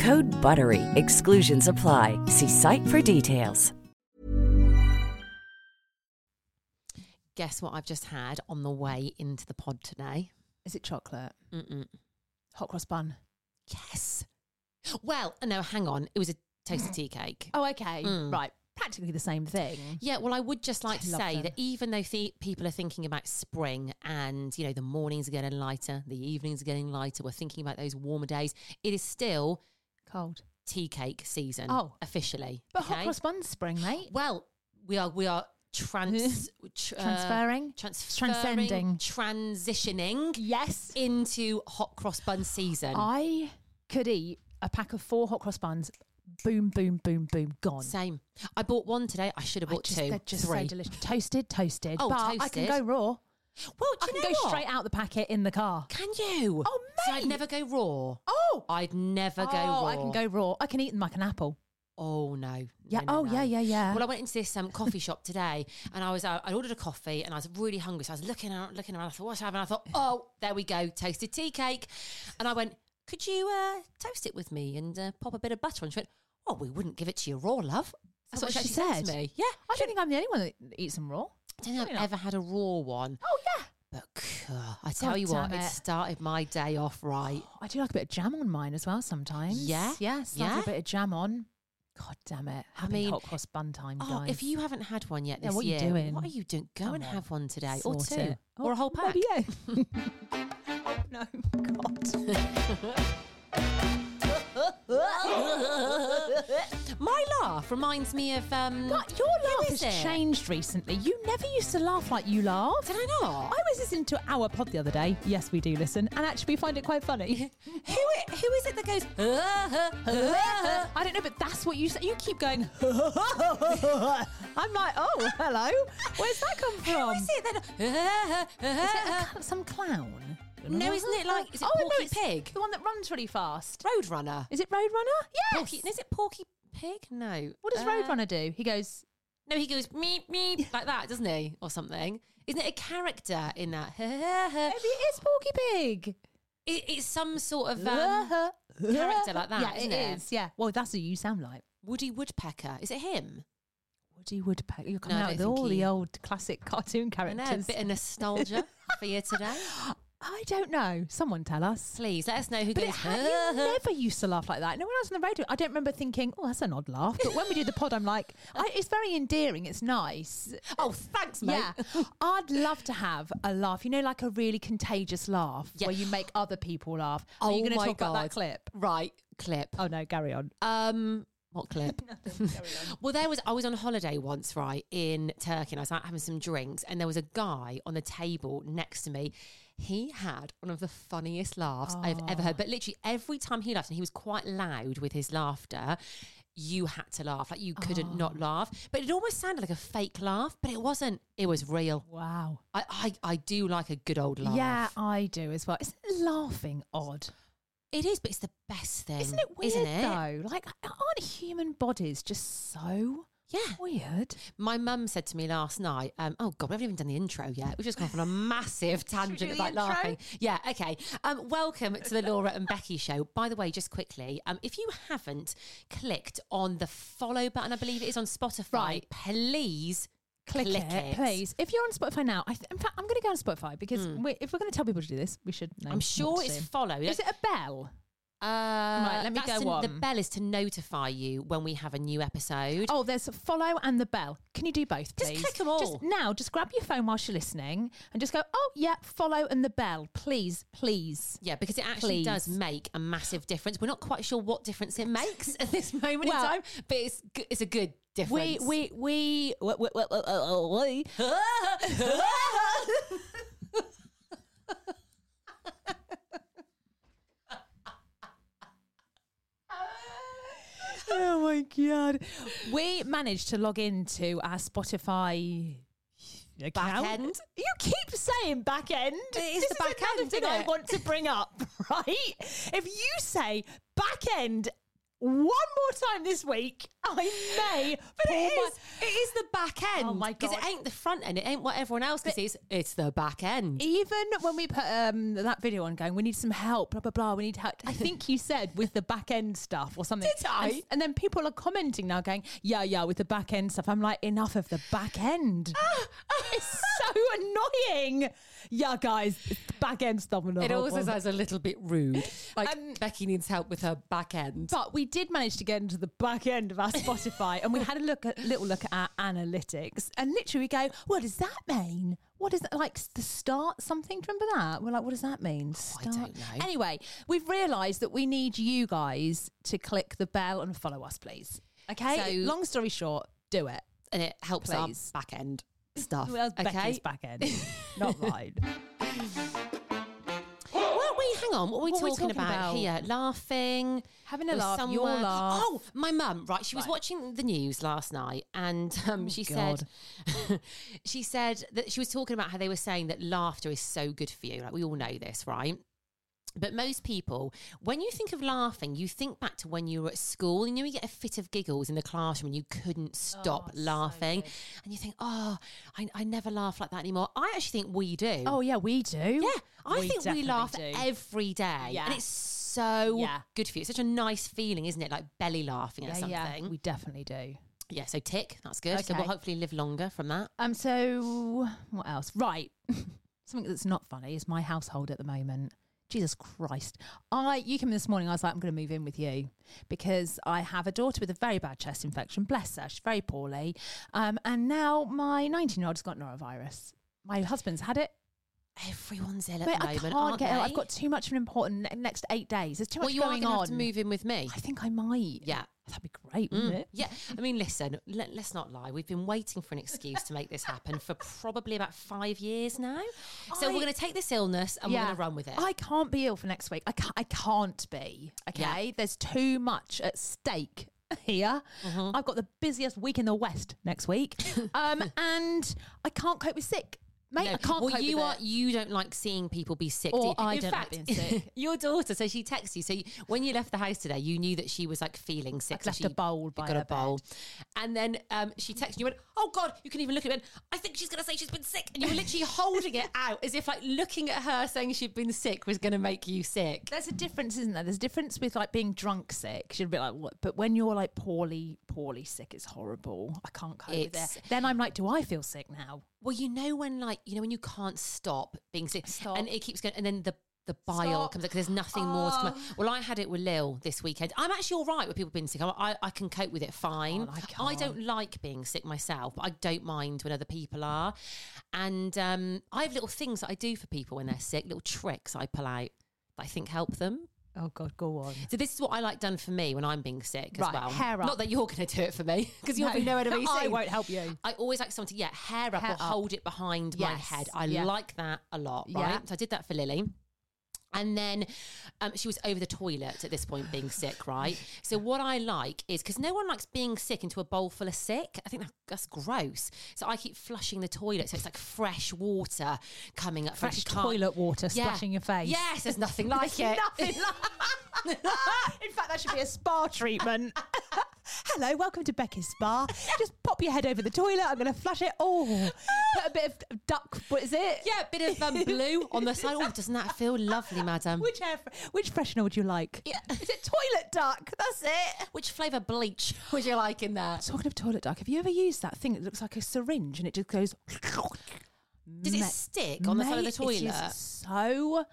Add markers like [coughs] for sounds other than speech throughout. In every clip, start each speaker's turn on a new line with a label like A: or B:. A: Code BUTTERY. Exclusions apply. See site for details.
B: Guess what I've just had on the way into the pod today?
C: Is it chocolate?
B: Mm-mm.
C: Hot cross bun.
B: Yes. Well, no, hang on. It was a taste of tea cake.
C: Oh, okay.
B: Mm.
C: Right. Practically the same thing.
B: Yeah, well, I would just like
C: I
B: to
C: love
B: say
C: them.
B: that even though the people are thinking about spring and, you know, the mornings are getting lighter, the evenings are getting lighter, we're thinking about those warmer days, it is still
C: Cold.
B: tea cake season.
C: Oh.
B: Officially.
C: But hot
B: okay?
C: cross bun's spring, mate.
B: Well, we are, we are
C: [laughs]
B: trans, tr- uh,
C: Transferring?
B: transferring,
C: Transcending.
B: transitioning
C: Yes.
B: into hot cross bun season.
C: I could eat a pack of four hot cross buns. Boom, boom, boom, boom. Gone.
B: Same. I bought one today. I should have
C: I
B: bought
C: just,
B: two.
C: They're just
B: three.
C: so delicious. Toasted, toasted.
B: Oh,
C: but I can
B: toasted.
C: go raw.
B: Well,
C: I
B: do you
C: can
B: know
C: go
B: what?
C: straight out the packet in the car.
B: Can you?
C: Oh,
B: So I'd
C: mate.
B: never go raw.
C: Oh.
B: I'd never go raw.
C: Oh, I can go raw. I can eat them like an apple.
B: Oh no.
C: Yeah.
B: No, no,
C: oh,
B: no.
C: yeah, yeah, yeah.
B: Well, I went into this um, coffee shop today, and I was uh, I ordered a coffee, and I was really hungry, so I was looking around, looking around. I thought, what's happening? I thought, oh, there we go, toasted tea cake, and I went, could you uh, toast it with me and uh, pop a bit of butter? And she went, oh, we wouldn't give it to you raw, love. That's
C: Is that
B: what,
C: what
B: she,
C: she
B: actually said to
C: said?
B: me. Yeah,
C: I don't think I'm the only one that eats them raw.
B: I don't think I've
C: Probably not.
B: ever had a raw one,
C: Oh, yeah.
B: but uh, I tell
C: God
B: you what,
C: damn
B: it
C: it.
B: started my day off right.
C: I do like a bit of jam on mine as well sometimes.
B: Yeah?
C: Yes.
B: Yeah?
C: A bit of jam on. God damn it.
B: I
C: Happy
B: mean-
C: hot cross bun time,
B: Oh,
C: guys.
B: if you haven't had one yet
C: Yeah,
B: this
C: what you
B: year,
C: doing?
B: what are you doing? Go
C: Come
B: and
C: on.
B: have one today, or
C: Sort
B: two,
C: it.
B: or
C: Oh,
B: a whole pack.
C: maybe, yeah. [laughs] oh, no. God.
B: [laughs] My laugh reminds me of um.
C: God, your
B: who
C: laugh
B: is
C: has
B: it?
C: changed recently. You never used to laugh like you laugh.
B: Did I not?
C: I was listening to our pod the other day. Yes, we do listen, and actually, we find it quite [laughs] funny.
B: Who i- who is it that goes? [laughs]
C: I don't know, but that's what you say. You keep going. [laughs] I'm like, oh, hello. Where's that come
B: Who
C: from?
B: is it that?
C: Is it a cl- some clown?
B: No, isn't it like- is it
C: no,
B: Porky
C: it's
B: Pig?
C: The one that runs really fast.
B: Roadrunner.
C: Is it Roadrunner? Yes.
B: Porky, is it Porky Pig? No.
C: What does
B: Uh,
C: Roadrunner do? He goes.
B: No, he goes meep
C: [laughs]
B: meep like that, doesn't he, or something? Isn't it a character in that? [laughs] Uh,
C: Maybe it is Porky Pig.
B: It, it's some sort of um, character like that,
C: Yeah,
B: isn't
C: it
B: it?
C: is. Yeah. Well, that's what you sound like.
B: Woody Woodpecker. Is it him?
C: Woody Woodpecker. You're coming
B: No, I
C: out with
B: don't think
C: all
B: he-
C: the old classic cartoon
B: I know, a
C: characters.
B: bit of
C: [laughs]
B: nostalgia for you today.
C: [gasps] I don't know. Someone tell us.
B: Please let us know who
C: But it
B: goes.
C: had, you never used to laugh like that. No, when I was on the radio, I don't remember thinking, "Oh, that's an odd laugh." But when we do the pod, I'm like, I, "It's very endearing. It's nice."
B: oh, thanks, mate.
C: Yeah, I'd love to have a laugh. You know, like a really contagious laugh
B: Yeah.
C: where you make other people laugh.
B: Oh
C: Are you going to
B: my
C: talk about
B: God.
C: that clip?
B: [laughs] Right, clip.
C: Oh no, carry on.
B: Um, what
C: [laughs]
B: clip? [laughs] well, there was. I was on holiday once, right, in Turkey, and I was out having some drinks, and there was a guy on the table next to me. He had one of the funniest laughs I've ever
C: Ah.
B: heard. But literally every time he laughed, and he was quite loud with his laughter. You had to laugh, like you couldn't
C: Ah.
B: not laugh. But it almost sounded like a fake laugh, but it wasn't. It was real.
C: Wow.
B: I, I, I do like a good old laugh.
C: Yeah, I do as well. Isn't laughing odd?
B: it is, but it's the best thing,
C: Isn't it weird
B: Isn't it?
C: though? Like, aren't human bodies just so
B: Yeah.
C: Weird.
B: My mum said to me last night, um, "Oh God, we haven't even done the intro yet. We've just gone off on a
C: [laughs]
B: massive tangent
C: the
B: about
C: intro?
B: laughing." Yeah, okay. Um, welcome to the Laura and Becky show. By the way, just quickly, um, if you haven't clicked on the follow button, I believe it is on Spotify.
C: Right.
B: Please
C: Click,
B: click,
C: it, please. If you're on Spotify now, I th- in fact, I'm going to go on Spotify because we, if we're going to tell people to do this, we should know.
B: Hmm. I'm
C: what
B: sure
C: to
B: it's
C: do.
B: follow.
C: Is it a bell?
B: Uh, right,
C: let me go
B: The
C: on.
B: bell is to notify you when we have a new episode.
C: Oh, there's follow and the bell. Can you do both,
B: Just
C: please?
B: click 'em all.
C: Just now, just grab your phone whilst you're listening and just go, oh, yeah, follow and the bell. Please, please.
B: Yeah, because it actually does
C: Please.
B: make a massive difference. We're not quite sure what difference it makes at this moment
C: Well,
B: in time, but it's g- it's a good difference.
C: We, we, we, we, we, we, we, we. Oh my god! We managed to log into our Spotify account.
B: Back end?
C: You keep saying back end.
B: It is the back
C: another
B: end,
C: thing
B: isn't
C: I
B: it?
C: want to bring up, [laughs] right? If you say back end one more time this week, I may.
B: but it
C: pull my-
B: is, it is the back end.
C: Oh my
B: Because it
C: God.
B: ain't the front end. It ain't what everyone else can see. It's, it's the back end.
C: Even when we put um, that video on, going, we need some help, blah blah blah. We need help.
B: [laughs]
C: I think you said with the back end stuff or something.
B: Did I?
C: And, and then people are commenting now, going, yeah, yeah, with the back end stuff. I'm like, enough of the back
B: [laughs]
C: end. it's so annoying. Yeah, guys, it's the back end stuff. and
B: It
C: all.
B: also sounds a little bit rude. [laughs] Like
C: Um,
B: Becky needs help with her back end.
C: But we did manage to get into the back end of our Spotify and we had a look at little look at our analytics and literally we go, What does that mean? What is that like s- the start something? Do you remember that? We're like, what does that mean?
B: Oh, I don't
C: Start.
B: know.
C: Anyway, we've realised that we need you guys to click the bell and follow us, please. Okay.
B: So-
C: Long story short, do it.
B: and it helps [gasps]
C: Please.
B: our back end stuff.
C: Well,
B: okay.
C: Becky's back
B: [laughs]
C: end, not mine.
B: What we? Hang on. What are we,
C: What were
B: talking,
C: we talking
B: about,
C: about?
B: here? Laughing,
C: Having a
B: There was
C: laugh, your
B: someone-
C: laugh.
B: Oh, my mum. Right, she was
C: Right. Oh,
B: watching the news last night, and um, she said, [laughs] she said that she was talking about how they were saying that laughter is so good for you. Like we all know this, right? But most people, when you think of laughing, you think back to when you were at school and you would get a fit of giggles in the classroom and you couldn't
C: Oh,
B: stop laughing. and you think, oh, I, I never laugh like that anymore. I actually think we do.
C: oh yeah, we do.
B: Yeah, I think we
C: definitely
B: laugh
C: do.
B: every day,
C: Yeah.
B: and it's so
C: Yeah.
B: good for you. It's such a nice feeling, isn't it? Like belly laughing at
C: Yeah,
B: something.
C: yeah,
B: Yeah.
C: we definitely do.
B: so tick, that's good. So
C: Okay.
B: we'll hopefully live longer from that.
C: Um. So what else? Right. [laughs] Something that's not funny is my household at the moment. Jesus Christ! I you came in this morning. I was like, I'm going to move in with you because I have a daughter with a very bad chest infection. Bless her, she's very poorly. Um, and now my 19 year old's got norovirus. My husband's had it.
B: Everyone's ill at
C: But
B: the
C: I
B: moment.
C: can't
B: aren't
C: get ill.
B: they?
C: I've got too much of an important ne- next eight days. There's too much
B: well, you are
C: going
B: gonna
C: on.
B: have to move in with me.
C: I think I might.
B: Yeah.
C: that'd be great, wouldn't
B: Mm,
C: it?
B: Yeah, I mean, listen, let, us not lie. We've been waiting for an excuse to make this happen for probably about five years now. So
C: I-
B: we're going to take this illness and
C: Yeah.
B: we're going to run with it.
C: I can't be ill for next week. I can't, I can't be. Okay. There's too much at stake [laughs] here.
B: Mm-hmm.
C: I've got the busiest week in the West
B: [laughs]
C: next week. um, and I can't cope with sick. Mate,
B: No,
C: I can't
B: well,
C: cope
B: you
C: with
B: are
C: it.
B: you don't like seeing people be sick. do
C: Or
B: you?
C: I
B: In
C: don't like
B: fact,
C: being sick.
B: [laughs] your daughter, so she texts you. So you, when you left the house today, you knew that she was like feeling sick.
C: I'd
B: so
C: left
B: she
C: a bowl
B: you
C: by
B: got
C: her
B: a bowl, and then um, she texted you. and Went, oh god, you can even look at it. and went, I think she's going to say she's been sick, and you were literally [laughs] holding it out as if like looking at her saying she'd been sick was going to make you sick.
C: There's a difference, isn't there? There's a difference with like being drunk sick. You'd be like, what? But when you're like poorly, poorly sick, it's horrible. I can't cope with
B: It's-
C: it. Then I'm like, do I feel sick now?
B: Well, you know when like you know when you can't stop being sick,
C: Stop.
B: and it keeps going, and then the the bile
C: Stop.
B: comes up because there's nothing more to come. Out.
C: Oh.
B: Well, I had it with Lil this weekend. I'm actually all right with people being sick. I, I, I can cope with it fine.
C: I can't.
B: don't like being sick myself, but I don't mind when other people are. And um, I have little things that I do for people when they're sick, little tricks I pull out that I think help them.
C: Oh God, go [laughs] on.
B: So this is what I like done for me when I'm being sick as
C: Right,
B: well.
C: hair up.
B: Not that you're going to do it for me because you'll
C: No.
B: be [laughs] nowhere to be
C: I
B: seen.
C: won't help you.
B: I always like someone to yeah hair up
C: Hair
B: or
C: up.
B: hold it behind my
C: Yes,
B: head. I
C: yeah.
B: like that a lot.
C: Yeah.
B: Right. So I did that for Lily. And then um, she was over the toilet at this point, being sick, right? So what I like is because no one likes being sick into a bowl full of sick. I think that, that's gross. So I keep flushing the toilet, so it's like fresh water coming up. from
C: Fresh toilet water splashing your face. [laughs]
B: Yes, there's nothing like it.
C: [laughs] Nothing like In fact, that should be a spa treatment. hello, welcome to Becky's Spa. Just pop your head over the toilet. I'm going to flush it. Oh, put a bit of duck. What is it?
B: Yeah, a bit of um, blue on the side. Oh, doesn't that feel lovely,
C: [laughs]
B: madam?
C: Um, Which hair, fr- which freshener would you like?
B: Yeah.
C: [laughs] Is it toilet duck? That's it.
B: Which flavour bleach would you like in there?
C: Talking of toilet duck, have you ever used that thing that looks like a syringe and it just goes? [laughs]
B: Does it
C: Ma-
B: stick on the side of the
C: Mate,
B: toilet?
C: It is so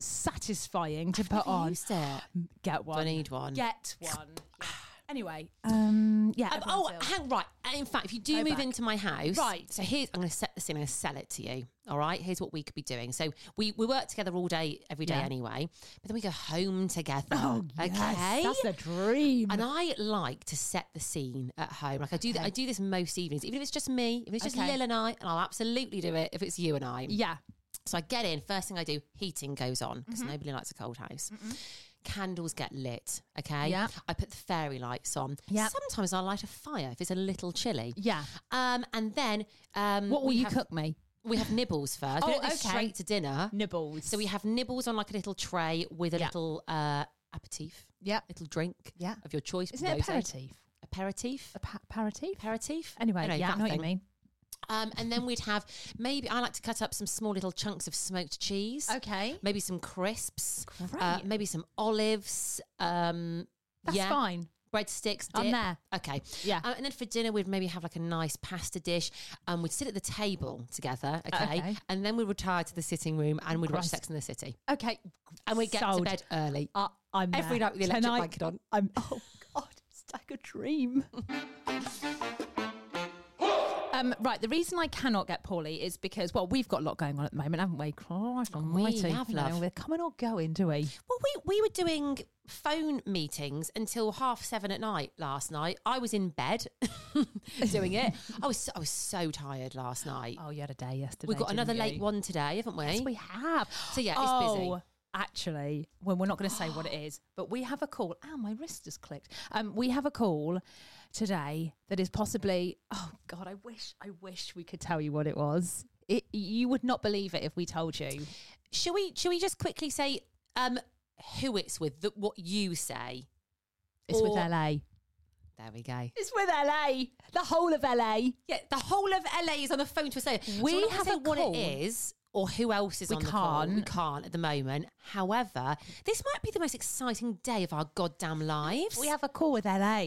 C: satisfying to put
B: never
C: on.
B: used
C: [gasps]
B: it.
C: Get one.
B: need one.
C: Get
B: [sighs]
C: one. Yeah. Anyway, um, yeah.
B: Um,
C: everyone
B: oh, [coughs]
C: feels-
B: hang right. In fact, if you do
C: Go
B: move
C: back.
B: into my house,
C: Right.
B: So here's I'm going to set this in. I'm going to sell it to you. All right. Here's what we could be doing. So we we work together all day, every day
C: Yeah.
B: anyway. But then we go home together.
C: Oh,
B: okay.
C: yes, that's the dream.
B: and I like to set the scene at home. Like I do, th- I do this most evenings, even if it's just me, if it's just
C: Okay.
B: Lil and I, and I'll absolutely do it if it's you and I.
C: yeah,
B: So I get in. First thing I do, heating goes on because
C: Mm-hmm.
B: nobody likes a cold house. Candles get lit. Okay.
C: Yeah.
B: I put the fairy lights on.
C: Yeah.
B: Sometimes I light a fire if it's a little chilly.
C: yeah.
B: Um, and then um,
C: What will
B: we
C: you
B: have,
C: cook me?
B: We have nibbles first.
C: Oh,
B: we don't go
C: okay.
B: straight to dinner.
C: Nibbles.
B: So we have nibbles on like a little tray with a
C: Yeah.
B: little uh, aperitif,
C: yeah.
B: little drink
C: Yeah.
B: of your choice.
C: Isn't it
B: rosé.
C: aperitif?
B: Aperitif.
C: A pa- aperitif?
B: Aperitif.
C: Anyway,
B: Anyway,
C: yeah, I
B: that
C: know what
B: thing.
C: you mean.
B: Um, and then we'd have maybe I like to cut up some small little chunks of smoked cheese.
C: Okay.
B: Maybe some crisps. Uh,
C: Great.
B: maybe some olives. Um,
C: That's
B: yeah.
C: fine.
B: Breadsticks.
C: I'm
B: dip.
C: there.
B: Okay.
C: Yeah.
B: Um, and then for dinner, we'd maybe have like a nice pasta dish. Um, we'd sit at the table together. Okay.
C: Okay.
B: And then we'd retire to the sitting room and we'd watch
C: Christ.
B: Sex in the City.
C: Okay.
B: And we'd get
C: Sold.
B: to bed early.
C: Uh, I'm
B: Every
C: there.
B: night with the electric
C: Tonight,
B: blanket on.
C: I'm. Oh God, it's like a dream. um, right. The reason I cannot get poorly is because well, we've got a lot going on at the moment, haven't we? Christ Almighty,
B: have,
C: you know,
B: love.
C: We're coming or going, do we?
B: Well, we, we were doing phone meetings until half seven at night last night. I was in bed [laughs] doing it. I was so, I was so tired last night.
C: Oh, you had a day yesterday.
B: We've got
C: didn't
B: another late
C: you?
B: one today, haven't we?
C: Yes, we have.
B: So, yeah, it's
C: oh,
B: busy.
C: Actually, well, we're not going to say what it is, but we have a call. Ow, my wrist just clicked. Um, we have a call today that is possibly. Oh God, I wish, I wish we could tell you what it was. It, you would not believe it if we told you.
B: Shall we? Shall we just quickly say um, who it's with? That what you say?
C: It's with
B: Or-
C: LA.
B: There we go.
C: It's with LA. The whole of LA.
B: Yeah, the whole of LA is on the phone to us.
C: We
B: we so
C: have
B: have say
C: a
B: what
C: call.
B: it is or who else is
C: We
B: on the call. We
C: can't.
B: can't at the moment. However, this might be the most exciting day of our goddamn lives.
C: We have a call with LA.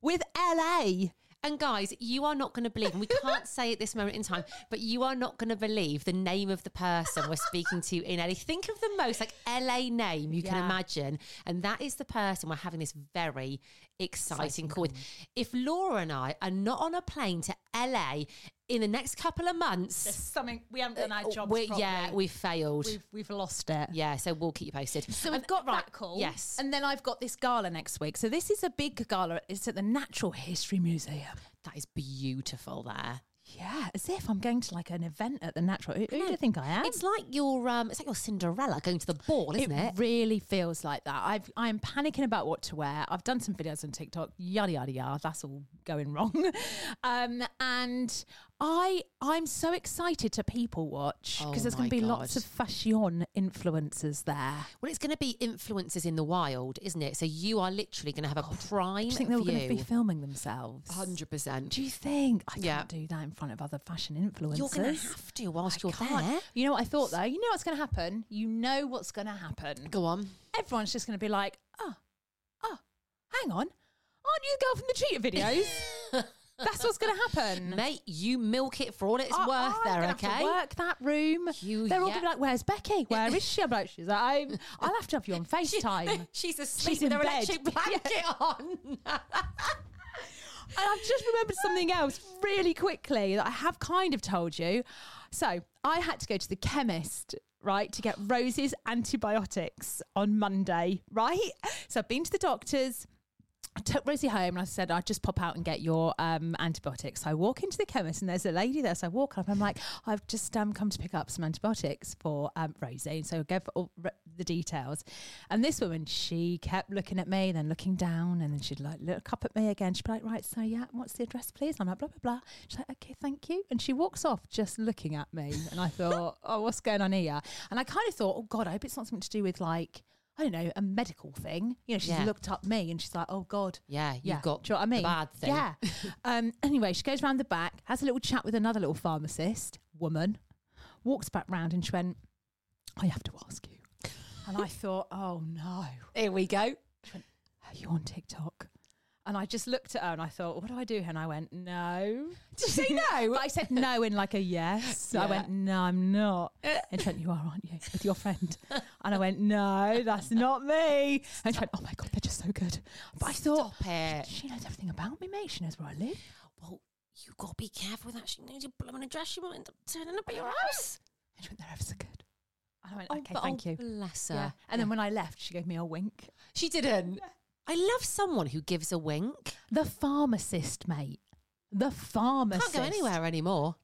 C: With LA.
B: And guys, you are not going to believe, and we can't say at this moment in time, but you are not going to believe the name of the person we're speaking to in LA. Think of the most like LA name you can
C: Yeah.
B: imagine. And that is the person we're having this very exciting, call with. If Laura and I are not on a plane to LA in the next couple of months,
C: something we haven't done
B: uh, we- yeah, we failed.
C: we've lost it.
B: yeah, so we'll keep you posted.
C: So
B: Um,
C: we've got
B: right,
C: that call.
B: Yes.
C: And then I've got this gala next week. So this is a big gala. It's at the Natural History Museum.
B: that is beautiful there.
C: Yeah, as if I'm going to like an event at the Natural. Who, who do you think I am?
B: It's like your um it's like your Cinderella going to the ball, isn't it?
C: really feels like that. I've I am panicking about what to wear. I've done some videos on TikTok. Yada yada yada. That's all going wrong. [laughs] um, and I I'm so excited to people watch
B: Oh
C: because there's going
B: my
C: to be
B: God.
C: lots of fashion influencers there.
B: Well, it's going to be influencers in the wild, isn't it? So you are literally going to have a prime
C: Do you think they're going to be
B: view.
C: filming themselves?
B: Hundred percent.
C: Do you think I
B: Yeah.
C: can't do that in front of other fashion influencers?
B: You're going to have to whilst
C: I
B: you're
C: can't.
B: there.
C: You know what I thought though? You know what's going to happen. You know what's going to happen.
B: Go on.
C: Everyone's just going to be like, oh, oh, hang on, aren't you the girl from the cheetah [laughs] videos? That's what's going to happen.
B: [laughs] Mate, you milk it for all it's
C: I-
B: worth.
C: Oh, I'm
B: there,
C: gonna have to
B: okay. [laughs]
C: work that room.
B: You-
C: They're all
B: yeah.
C: going to be like, "Where's Becky? Where is she?" I'm like, "She's
B: [laughs]
C: at home." I'll have to have you on Facetime.
B: She's asleep
C: She's
B: with
C: in
B: her
C: bed. [laughs]
B: electric blanket on.
C: And I've just remembered something else really quickly that I have kind of told you. So I had to go to the chemist, right, to get Rose's antibiotics on Monday, right? So I've been to the doctor's. I took Rosie home and I said, I'll just pop out and get your um, antibiotics. So I walk into the chemist and there's a lady there. So I walk up and I'm like, I've just um, come to pick up some antibiotics for um, Rosie. And so I gave her all r- the details. And this woman, she kept looking at me, then looking down, and then she'd like look up at me again. She'd be like, Right, so yeah, what's the address, please? And I'm like, Blah, blah, blah. She's like, Okay, thank you. And she walks off just looking at me. And I thought, Oh, what's going on here? And I kind of thought, Oh, God, I hope it's not something to do with like, I don't know, a medical thing. You know, she's
B: Yeah.
C: looked up me and she's like, oh God.
B: Yeah, you've got
C: Do you know what I mean?
B: the bad thing. [laughs]
C: Yeah. um, anyway, she goes round the back, has a little chat with another little pharmacist, woman, walks back round and she went, I have to ask you. And I thought, oh no,
B: Here we go.
C: are you on TikTok? And I just looked at her and I thought, what do I do here? And I went, no. Did you say
B: [laughs]
C: no? [laughs] but I said [laughs] no in like a yes. I
B: Yeah.
C: went, no, I'm not. And she went, you are, aren't you? With your friend. And I went, no, that's not me. And she went, oh my God, they're just so good. But I thought,
B: Stop it.
C: she knows everything about me, mate. She knows where I live.
B: Well, you got to be careful with that. She knows your blooming address. She might end up turning up at your house.
C: And she went, they're ever so good. And I went,
B: Oh,
C: [laughs] okay,
B: but-
C: thank
B: oh,
C: you.
B: Bless her.
C: Yeah. And then when I left, she gave me a wink.
B: She didn't. I love someone who gives a wink.
C: The pharmacist, mate. The pharmacist.
B: Can't go anywhere anymore.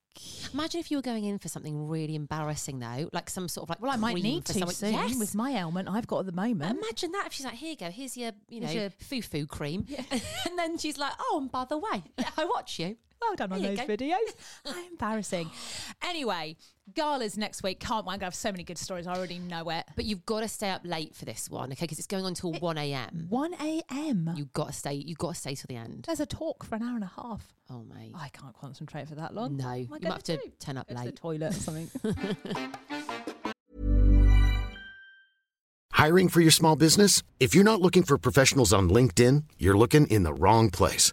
B: Imagine if you were going in for something really embarrassing though, like some sort of like.
C: Well, I might
B: cream
C: need
B: for
C: to
B: someone-
C: soon
B: Yes.
C: with my ailment I've got at the moment.
B: Imagine that if she's like, "Here you go, here's your, you know,
C: Here's
B: foo
C: your-
B: foo cream," [laughs] and then she's like, "Oh, and by the way, I watch you."
C: Well done on
B: There
C: those
B: you go. [laughs]
C: videos. How embarrassing. Anyway, gala's next week. Can't wait. I'm going to have so many good stories. I already know it.
B: But you've got to stay up late for this one, okay? Because it's going on till one a.m.
C: 1 a.m.
B: You got to stay. You got to stay till the end.
C: There's a talk for an hour and a half.
B: Oh mate.
C: I can't concentrate for that long.
B: No,
C: What am I
B: you might
C: gonna
B: have to
C: do?
B: turn up
C: Go to the
B: late.
C: toilet or [laughs] something.
D: Hiring for your small business? If you're not looking for professionals on LinkedIn, you're looking in the wrong place.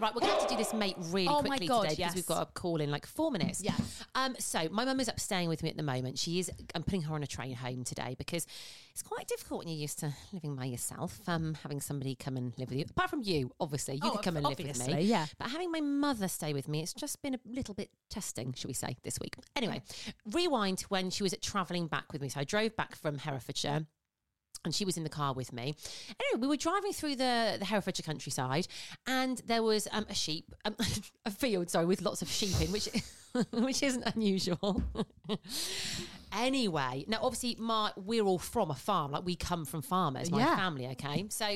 B: Right, we're going to have to do this, mate, really
C: Oh my
B: quickly
C: God,
B: today because we've
C: yes.
B: got a call in like four minutes.
C: Yeah.
B: Um. So my mum is up staying with me at the moment. She is. I'm putting her on a train home today because it's quite difficult when you're used to living by yourself. Um, having somebody come and live with you, apart from you, obviously, you
C: Oh,
B: could come and live with me.
C: obviously, yeah.
B: But having my mother stay with me, it's just been a little bit testing, shall we say, this week. Anyway, rewind to when she was travelling back with me. So I drove back from Herefordshire and she was in the car with me. Anyway, we were driving through the, the Herefordshire countryside, and there was um, a sheep, um, [laughs] a field, sorry, with lots of sheep in, which [laughs] which isn't unusual. [laughs] anyway, now obviously, my we're all from a farm, like we come from farmers, my
C: Yeah.
B: family. Okay, so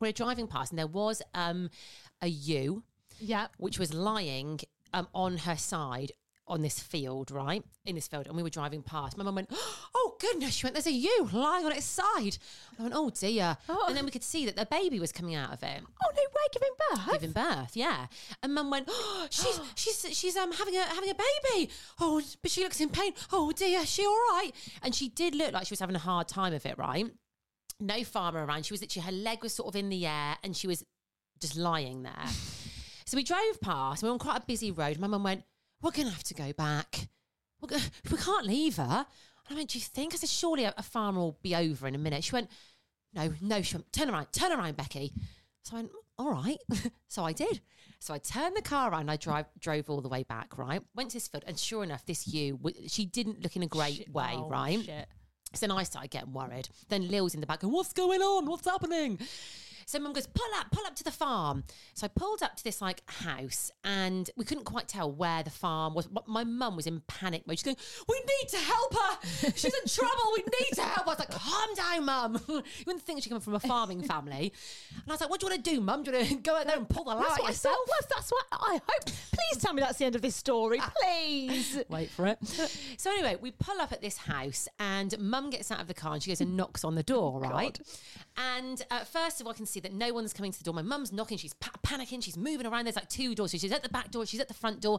B: we're driving past, and there was um, a ewe
C: yeah.
B: which was lying um, on her side on this field, right? In this field. And we were driving past. My mum went, [gasps] Oh, goodness. She went, There's a ewe lying on its side. I went, Oh, dear.
C: Oh.
B: And then we could see that the baby was coming out of it.
C: Oh, no way. Give him birth.
B: Giving birth, yeah, and Mum went. [gasps] Oh, she's she's she's um having a having a baby. Oh, but she looks in pain. Oh dear, is she all right? And she did look like she was having a hard time of it, right? No farmer around. She was literally her leg was sort of in the air, and she was just lying there. So we drove past. We were on quite a busy road. My mum went, "We're going to have to go back. We're go- [laughs] we can't leave her." And I went, "Do you think?" I said, "Surely a, a farmer will be over in a minute." She went, "No, no." She went, "Turn around, turn around, Becky." So I went, "All right." [laughs] so I did. So I turned the car around. I drive drove all the way back. Right, went to this field, and sure enough, this ewe w- she didn't look in a great
C: Shit.
B: way.
C: Oh,
B: right.
C: shit.
B: So then I started getting worried. Then Lil's in the back going, What's going on? What's happening? So mum goes, Pull up, pull up to the farm. So I pulled up to this like house and we couldn't quite tell where the farm was. M- My mum was in panic mode. She's going, We need to help her. She's in trouble. We need to help her. I was like, Calm down, mum. [laughs] you wouldn't think she came from a farming family. And I was like, What do you want to do, mum? Do you want to go out there and pull the
C: That's
B: ladder
C: what I thought.
B: yourself?
C: was- That's what I hope. Please tell me that's the end of this story, please.
B: Ah. Wait for it. [laughs] So anyway, we pull up at this house, and Mum gets out of the car and she goes and knocks on the door, right? And uh, first of all, I can see see that no one's coming to the door. My mum's knocking, she's pa- panicking, she's moving around. There's like two doors. So she's at the back door, she's at the front door.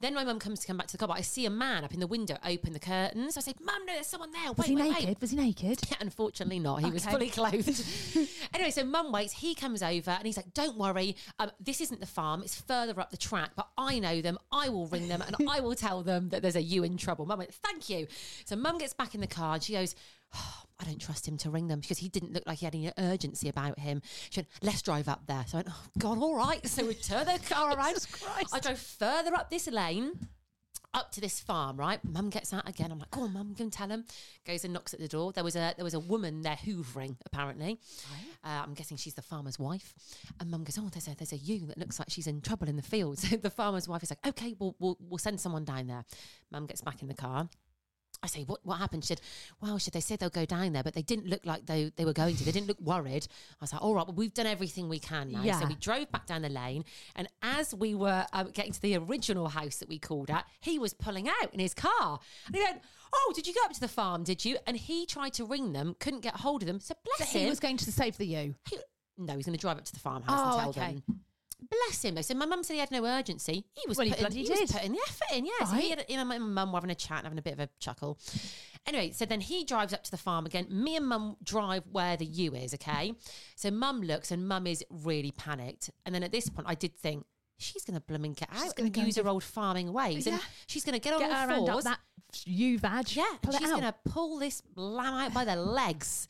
B: Then my mum comes to come back to the car, but I see a man up in the window open the curtains. I say, Mum, no, there's someone there. Wait,
C: Was he
B: wait,
C: naked?
B: wait.
C: Was he naked?
B: Yeah, unfortunately not. He was
C: Okay.
B: fully clothed. anyway, so mum waits. He comes over and he's like, "Don't worry, um, this isn't the farm. It's further up the track, but I know them. I will ring them and I will tell them that there's a you in trouble." Mum went, "Thank you." So mum gets back in the car and she goes. "Oh, I don't trust him to ring them because he didn't look like he had any urgency about him. She went, let's drive up there. So I went, oh, God, all right. So we turn the car around. I drove further up this lane up to this farm, right? Mum gets out again. I'm like, go on, mum, go and tell him. Goes and knocks at the door. There was a there was a woman there hoovering, apparently. Uh, I'm guessing she's the farmer's wife. And mum goes, oh, there's a there's a ewe that looks like she's in trouble in the field. [laughs] So the farmer's wife is like, okay, we'll we'll, we'll send someone down there. Mum gets back in the car. I say, what, what happened? She said, well, she, they said they'll go down there, but they didn't look like they, they were going to. They didn't look worried. I was like, all right, well, we've done everything we can now.
C: Yeah.
B: So we drove back down the lane. And as we were um, getting to the original house that we called at, he was pulling out in his car. And he went, oh, did you go up to the farm, did you? And he tried to ring them, couldn't get hold of them. So
C: So
B: bless
C: he
B: him.
C: was going to save the you.
B: He- no, he's going to drive up to the farmhouse
C: Oh,
B: and tell
C: okay.
B: them. Bless him though. So my mum said he had no urgency. He was
C: Well, he
B: putting,
C: bloody
B: he was
C: did.
B: putting the effort in. Yeah. So he
C: Right.
B: had, you know, my mum were having a chat and having a bit of a chuckle. Anyway, so then he drives up to the farm again. Me and mum drive where the U is. Okay. So mum looks and mum is really panicked. And then at this point, I did think. She's going to blooming get out
C: gonna
B: and
C: go and
B: use her
C: give-
B: old farming ways, and
C: Yeah.
B: she's going to get on
C: Get
B: all
C: her hand up
B: fours.
C: that you vag.
B: yeah, and
C: Pull it
B: she's
C: out.
B: going to pull this lamb out by the legs,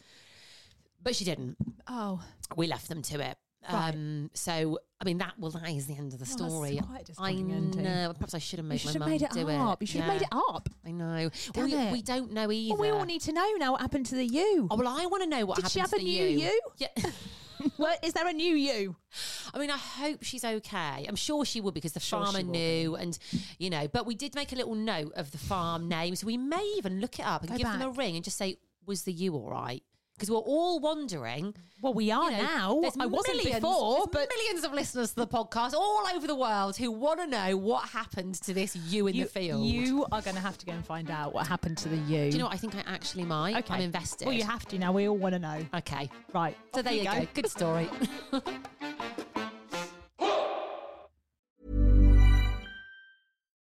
B: but she didn't
C: Oh,
B: we left them to it.
C: Right.
B: Um, so, I mean, that well, that is the end of the
C: that's
B: story.
C: quite a
B: I
C: disappointing ending.
B: know. Perhaps I should have
C: you
B: made
C: should
B: my
C: have
B: mum
C: made it
B: do
C: up.
B: it.
C: You should have made
B: Yeah.
C: it up.
B: I know.
C: Damn
B: we,
C: it.
B: we don't know either.
C: Well, we all need to know now what happened to the you.
B: Oh, well, I want to know what
C: Did
B: happened
C: she have
B: to
C: a
B: the
C: new you?
B: Yeah.
C: [laughs]
B: [laughs]
C: well, is there a new you?
B: I mean, I hope she's okay. I'm sure she would because the farmer knew, and you know. But we did make a little note of the farm name, so we may even look it up and
C: Go
B: give them a
C: back.
B: ring and just say, "Was the you all right?" Because we're all wondering.
C: Well, we are
B: you know,
C: now.
B: there's
C: I wasn't
B: millions-
C: before,
B: there's
C: but
B: millions of listeners to the podcast all over the world who want to know what happened to this you in
C: you,
B: the field.
C: you are going to have to go and find out what happened to the you.
B: Do you know what? I think I actually might. I'm invested.
C: Well, you have to now. We all want to know.
B: Okay.
C: Right.
B: So
C: off
B: there you go. Good
C: [laughs]
B: story.